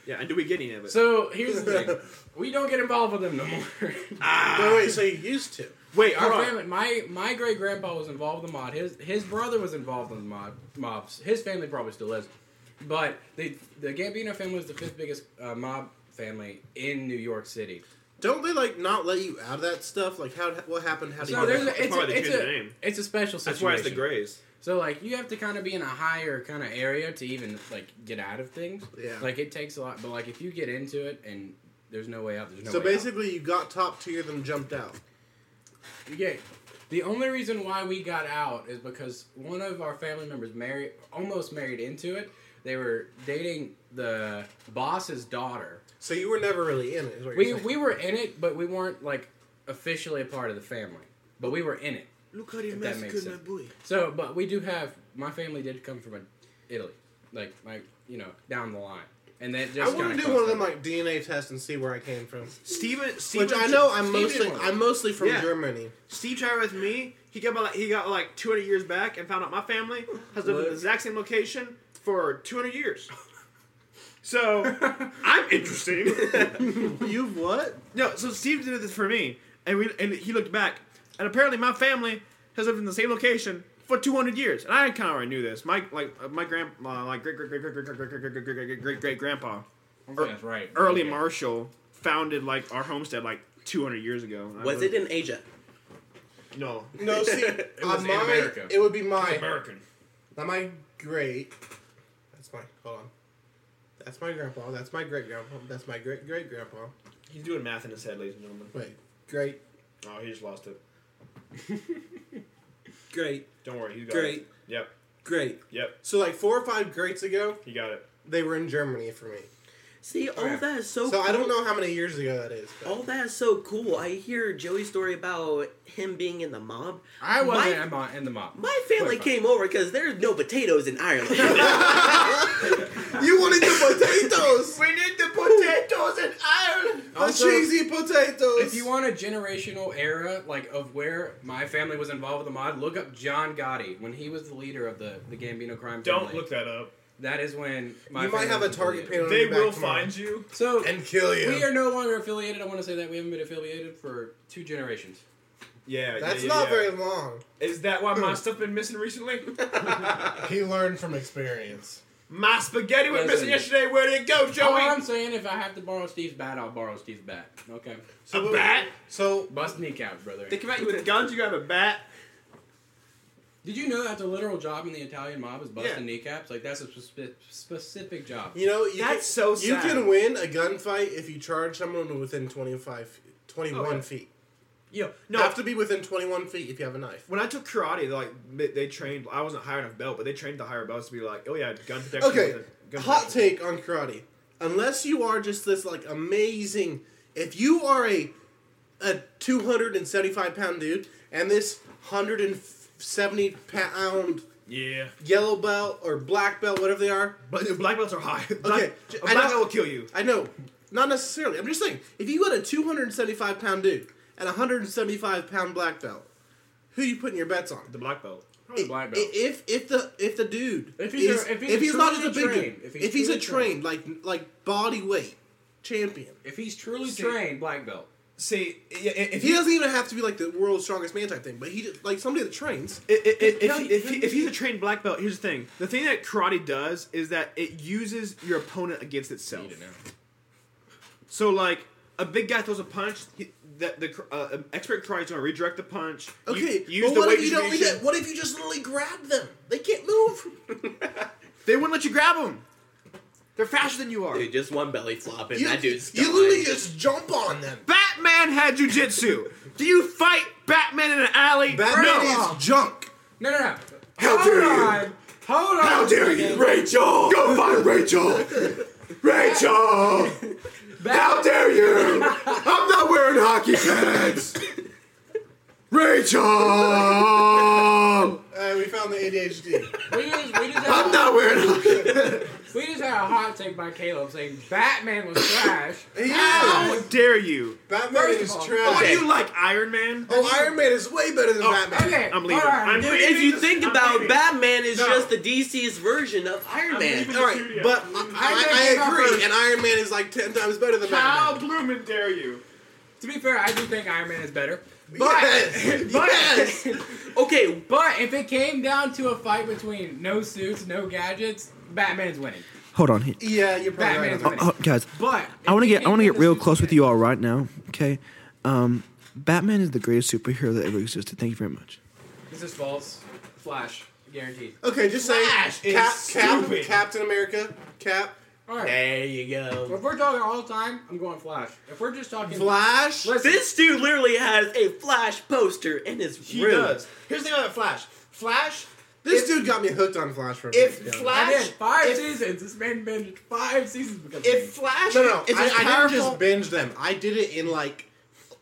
Yeah, and do we get any of it?
So here's the thing: we don't get involved with them no more.
Wait, wait, so you used to.
Wait,
Our
hold on.
family, my my great grandpa was involved in the mod. His his brother was involved in the mod mobs. His family probably still is, but the the Gambino family was the fifth biggest uh, mob family in New York City.
Don't they like not let you out of that stuff? Like how what happened? How do
So
you?
there's
know?
a, it's
why
a,
they
it's,
changed the
a,
name.
it's a special situation.
That's why it's the Grays.
So like you have to kind of be in a higher kind of area to even like get out of things.
Yeah.
Like it takes a lot, but like if you get into it and there's no way out, there's no.
so
way out.
basically, you got top tier, then jumped out.
Yeah. The only reason why we got out is because one of our family members married, almost married into it. They were dating the boss's daughter.
So you were never really in it. Is what
We
you're saying.
we were in it, but we weren't like officially a part of the family. But we were in it.
Look how they
If that makes
massacred my
sense.
boy.
So, but we do have my family did come from Italy, like my you know down the line, and that
I
just
want
kinda
to do one of
crossed
them
over.
like DNA tests and see where I came from.
Steven, Steven
Which I know I'm
Steven
mostly
one.
I'm mostly from
Yeah.
Germany.
Steve tried with me. He got about like, he got like 200 years back and found out my family has lived in the
Look.
exact same location for 200 years. So I'm interesting.
You've what?
no, so Steve did this for me, and we and he looked back, and apparently my family has lived in the same location for 200 years, and I kind of already knew this. My like uh, my grand uh, like great great great great great great great great great great great great great grandpa
I think That's right.
early
Okay.
Marshall founded like our homestead like 200 years ago. And I
Was it in Asia?
no
No, see,
was
uh,
in
my,
America.
It would be my
American?
not my great. That's my hold on. That's my grandpa. That's my great grandpa. That's my great great grandpa.
He's doing math in his head, ladies and gentlemen.
Wait, great,
Oh, he just lost it.
great,
Don't worry, he got
great,
it. Yep,
great.
yep,
So like four or five greats ago,
he got it.
they were in Germany for me.
See, all
yeah.
that is so.
So I
cool.
don't know how many years ago that is. But
All that is so cool. I hear Joey's story about him being in the mob.
I wasn't
My-
in mo- in the mob.
My family
Clarify.
came over because there's no potatoes in Ireland.
you wanted the potatoes,
We need the potatoes in Ireland.
the
Also-
cheesy potatoes.
If you want a generational era, like of where my family was involved with the mod, look up John Gotti when he was the leader of the, the Gambino crime.
Don't
family.
look that up.
That is when my
you might
family
have a
was
target pain
affiliated.
on
They
your back
will
tomorrow.
find you.
So
and kill you.
we are no longer affiliated. I want to say that we haven't been affiliated for two generations.
Yeah,
That's
yeah, yeah,
not
yeah.
very long. Hmm.
Is that why my stuff been missing recently?
He learned from experience.
my spaghetti went missing
Listen.
yesterday. Where did it go,
All
Joey?
I'm saying, if I have to borrow Steve's bat, I'll borrow Steve's bat. Okay,
a bat?
So
bust kneecaps, brother.
They come at you with guns. You grab a bat.
Did you know that's a literal job in the Italian mob is busting
Yeah.
kneecaps? Like that's a spe- specific job.
you know you
That's
can,
so sad.
you can win a gunfight if you charge someone within 25, 21
Oh, yeah.
feet.
Yo,
You
No.
have to be within twenty one feet if you have a knife.
When I took karate, they, like they- they trained. I wasn't high enough belt, but they trained the higher belts to be like, oh yeah, gun protection.
Okay,
gun
hot
protection.
take on karate. Unless you are just this like amazing, if you are a a two hundred and seventy five pound dude and this hundred and seventy pound
Yeah.
yellow belt or black belt, whatever they are,
But black belts are high. Black,
Okay,
a
I
black
know-
belt will kill you.
I know, not necessarily. I'm just saying, if you got a two hundred and seventy five pound dude and a hundred and seventy five pound black belt, who you putting your bets on?
The black belt.
Probably black belt.
If if the if the dude
If he's a-
is-
if he's
not
truly
just a big
trained,
dude,
if
if
he's
he's, a
truly
trained like like body weight champion,
If he's truly
See-
trained, black belt.
See, i- i- if
if he
he
doesn't even have to be like the world's strongest man type thing, but he just- like somebody that trains.
I- I- I- if,
No,
he-
you-
if, he- if he's a trained black belt, here's the thing. The thing that karate does is that it uses your opponent against itself. So, like, a big guy throws a punch, he, that the uh, an expert karate is going to redirect the punch. you-
Okay,
you
but what
weight
if you don't?
distribution.
Need what if you just literally grab them? They can't move.
They wouldn't let you grab them. They're faster than you are.
Dude, just one belly flop and
You,
that dude's
you
gone.
literally just jump on them.
Batman had jujitsu. Do you fight Batman in an alley?
Batman
no.
is junk.
No, no, no.
How
Hold
dare you.
on. Hold on.
How dare you, Rachel? Go find Rachel. Rachel, how dare you? I'm not wearing hockey pads. Rachel,
Uh, we found the ADHD.
We just, we, just
I'm
had a,
not wearing hockey.
we just had a hot take by Caleb saying Batman was trash.
How dare you?
Batman
First of
is
all-
Oh,
trash.
you like Iron Man?
Oh, Iron Man is way better than Batman.
Okay,
I'm leaving.
All right,
I'm
dude.
leaving.
If you think
I'm
about
leaving.
Batman, is
No.
just the DC's version of Iron
I'm
Man.
leaving.
All right,
Studio.
but I,
Iron Man
I, I
came out
agree,
first.
and Iron Man is like ten times better than Batman.
How bloomin' dare you?
To be fair, I do think Iron Man is better. But,
Yes,
but,
yes.
Okay,
but if it came down to a fight between no suits, no gadgets, Batman's winning.
Hold on, he-
Yeah, you're probably
Batman's
right.
winning.
oh, guys.
But
I want to get I want to get real close with you all right now. Okay, um, Batman is the greatest superhero that ever existed. Thank you very much.
This is false. Flash, guaranteed.
Okay, just say
Flash is
Cap, Cap,
stupid.
Captain America, Cap,
All right.
there you go.
If we're talking all time, I'm going Flash. If we're just talking
Flash.
listen,
This dude literally has a Flash poster in his
He
room.
does. Here's the thing about Flash. Flash.
This
if-
dude got me hooked on Flash for a
If
bit, to be honest.
Flash,
I did five
if,
seasons. This man binged five seasons because of
if
me.
Flash,
no, no,
is
I,
as
I didn't
powerful,
just binge them. I did it in like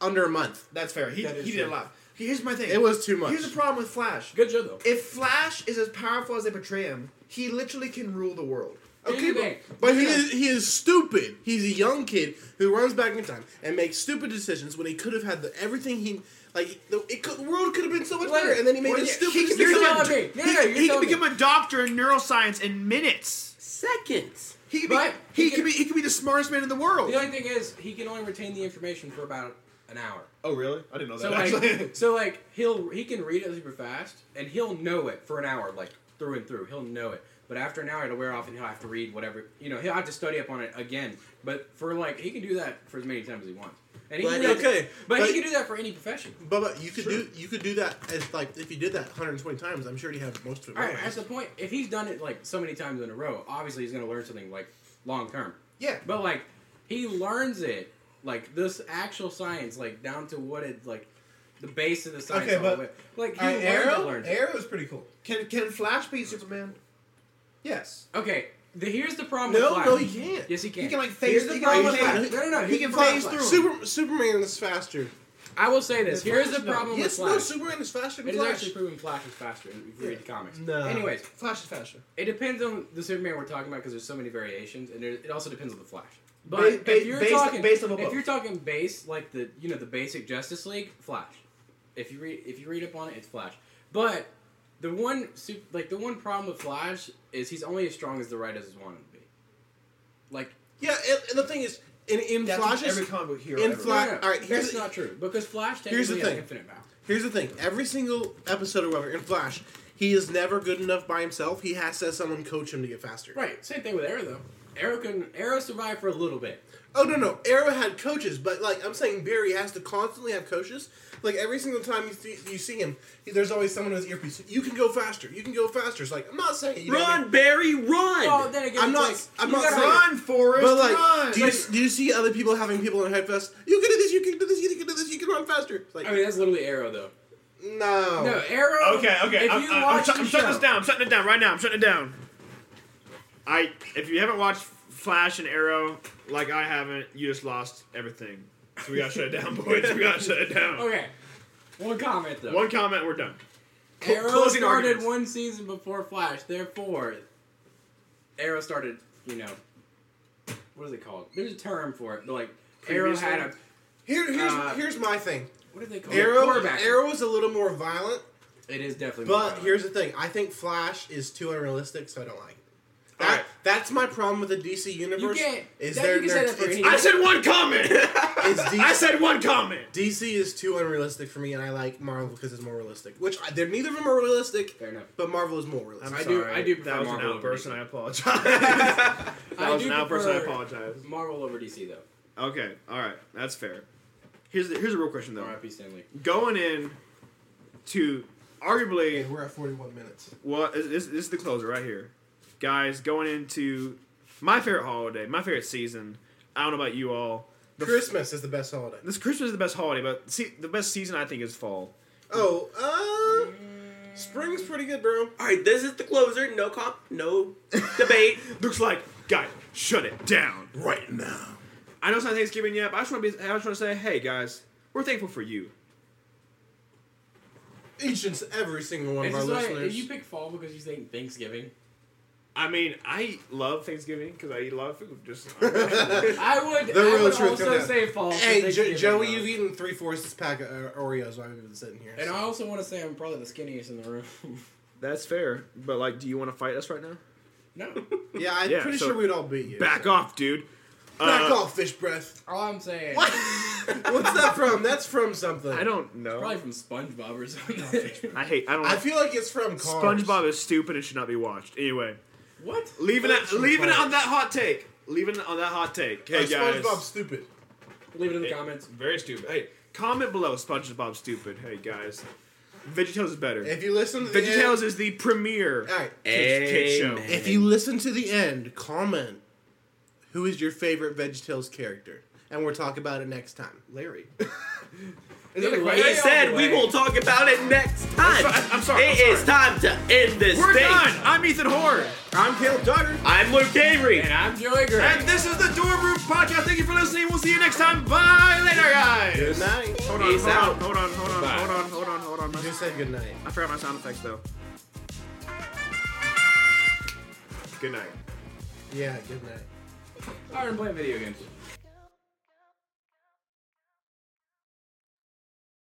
under a month.
that's fair. He,
That is
he did a
true.
lot. Here's my thing.
It was too much.
Here's the problem with Flash.
good show though.
If Flash is as powerful as they portray him, he literally can rule the world.
Okay,
Okay.
but, but he is he is stupid. He's a young kid who runs back in time and makes stupid decisions when he could have had the, everything he like. The, it could, the world could have been so much better, and then he made
Well,
the
yeah,
stupidest
You're
decision.
telling me. No, no, no,
he,
you're
he can
telling
become
me.
a doctor in neuroscience in minutes.
Seconds.
He can be,
But
he
he
can
can-
be he can be the smartest man in the world.
The only thing is, he can only retain the information for about an hour.
Oh really? I didn't know
So like, so like, he'll he can read it super fast, and he'll know it for an hour, like through and through. He'll know it, but after an hour, it'll wear off, and he'll have to read whatever. You know, he'll have to study up on it again. But for like, he can do that for as many times as he wants. And he
But-
can do that-
okay,
but,
but-
he can do that for any profession.
Bubba, you could
Sure.
do you could do that as like if you did that 120 times, I'm sure you have most of it.
All right,
memorized.
that's the point. If he's done it like so many times in a row, obviously he's going to learn something like long term.
Yeah.
But like he learns it like this actual science like down to what it like the base of the science.
Okay,
all the
but-
way. like he
All right,
learned
Arrow,
to learn.
Arrow is pretty cool.
Can can Flash be Superman? Yes.
Okay, the, here's the problem
No,
with Flash.
no, he can't.
Yes, he can.
He can, like, phase-
Here's the
he can,
problem
like,
with Flash.
phase-
No, no, no.
he
here's
can
the problem
phase
with
through
Flash.
Super, Superman is faster.
I will say this. Here's the
Flash, no.
problem
Yes,
with
no,
Flash.
Superman is faster than
It is
Flash.
actually proven Flash is faster in- if you read the comics.
No.
Anyways,
Flash is faster.
it depends on the Superman we're talking about because there's so many variations, and it it also depends on the Flash. But
Ba- ba-
if you're
base-
talking
base level
if
book.
you're talking base like the you know the basic Justice League Flash, if you read if you read up on it, it's Flash. But the one su- like the one problem with Flash is he's only as strong as the writers want him to be. Like
Yeah, and, and the thing is, in, in
That's
Flash,
every comic book hero.
in
ever.
Flash-
no, no, no,
all right, here's
that's
the-
not true because Flash
here's the
technically has
thing.
infinite power.
Here's the thing: every single episode or whatever in Flash, he is never good enough by himself. He has to have someone coach him to get faster.
Right. Same thing with Arrow though. Arrow can Arrow survived for a little bit.
Oh no, no. Arrow had coaches, but like I'm saying, Barry has to constantly have coaches. Like every single time you see, you see him, there's always someone with his earpiece. You can go faster. You can go faster. It's like I'm not saying you don't
Run, Barry, run!
Well, Oh, then again,
I'm
it's
not- I'm
like, you
not
gotta-
saying-
Run, Forrest,
But like,
run!
do you do you see other people having people in Headfest? You can do this. You can do this. You can do this. You can run faster. It's like
I mean, that's literally Arrow though.
no.
No, Arrow.
Okay, okay.
If
I'm,
you
I'm- I'm
watch
shut-
the
I'm shutting
show-
this down. I'm shutting it down right now. I'm shutting it down. I, if you haven't watched Flash and Arrow like I haven't, you just lost everything. So we gotta shut it down, boys. We gotta shut it down.
Okay. One comment though.
One comment, we're done.
Arrow
closing
started
arguments.
one season before Flash, therefore, Arrow started. You know, what is it called? There's a term for it, but like
Previously?
Arrow had a
Here, here's
Uh,
here's my thing.
what did they call
Arrow
it? Quarterback.
Arrow is a little more violent,
It is definitely. more
but
violent.
here's the thing. I think Flash is too unrealistic, so I don't like it. That,
Alright.
That's my problem with the DC universe.
can't-
is
that-
there,
you can say
there-
that for
it's-
any-
I said one comment.
it's DC
I said one comment.
DC is too unrealistic for me, and I like Marvel because it's more realistic. Which I, they're neither of them are realistic,
Fair enough.
but Marvel is more realistic.
I do- I do
That
prefer
was an
Marvel over
outburst,
DC.
and I apologize. that
I
was
do
an outburst, and I
prefer-
apologize.
Marvel over DC though.
Okay, all right, that's fair. Here's the, here's a real question though.
R.I.P. Stanley.
Going in to arguably
Okay, we're at forty-one minutes.
Well, this, this this is the closer right here, guys. Going into my favorite holiday, my favorite season. I don't know about you all. The
Christmas is the best holiday.
This Christmas is the best holiday, but see, the best season I think is fall.
Oh, uh, spring's pretty good, bro.
All right, this is the closer. No comp, no debate.
Looks like, guys, shut it down.
Right now.
I know it's not Thanksgiving yet, but I just want to be. I just want to say, hey guys, we're thankful for you.
Each and every single one
Is
of our
this why
listeners.
you pick fall because you think Thanksgiving?
I mean, I love Thanksgiving because I eat a lot of food. Just
I would.
The
I
real
would
truth comes
also
out.
say fall. for
Hey, jo-
Thanksgiving,
Joey,
though.
you've eaten three fourths this pack of uh, Oreos while we've been sitting here.
And
so.
I also want to say I'm probably the skinniest in the room.
that's fair. But like, do you want to fight us right now?
no.
yeah, I'm
Yeah,
pretty
so-
sure we'd all beat you.
Back
so.
off, dude.
Back
Uh,
off, fish breath.
All I'm saying.
What? What's that from? That's from something.
I don't know.
Probably from SpongeBob or something.
I hate. I don't.
I
like
feel like it's from Cars.
SpongeBob is stupid and should not be watched. Anyway,
what?
leaving it,
Actually,
leaving it
Cars.
on that hot take. Leaving it on that hot take. Hey
Uh,
guys,
SpongeBob's stupid.
Leave it in the
Hey,
comments.
very stupid. Hey, comment below SpongeBob stupid. Hey guys, VeggieTales is better.
If you listen to the
VeggieTales
end,
is the premier
all right.
kids, kids show.
Amen.
If you listen to the end, comment who is your favorite VeggieTales character, and we'll talk about it next time.
Larry.
He said we will talk about it next time.
I'm so- I'm sorry,
It
I'm
is time to end this
We're
thing.
done. I'm Ethan Horn,
I'm Caleb Dodger.
I'm Luke Avery.
And I'm Joey Gray.
and this is the Dorm Room Podcast. Thank you for listening. We'll see you next time. Bye, later, guys.
Good night.
Hold on,
Peace
hold
out.
on, hold on, hold on,
Bye.
hold on, hold on, hold on.
Who said good night?
I forgot my sound effects though. Good night.
Yeah, good night.
I'm playing video games.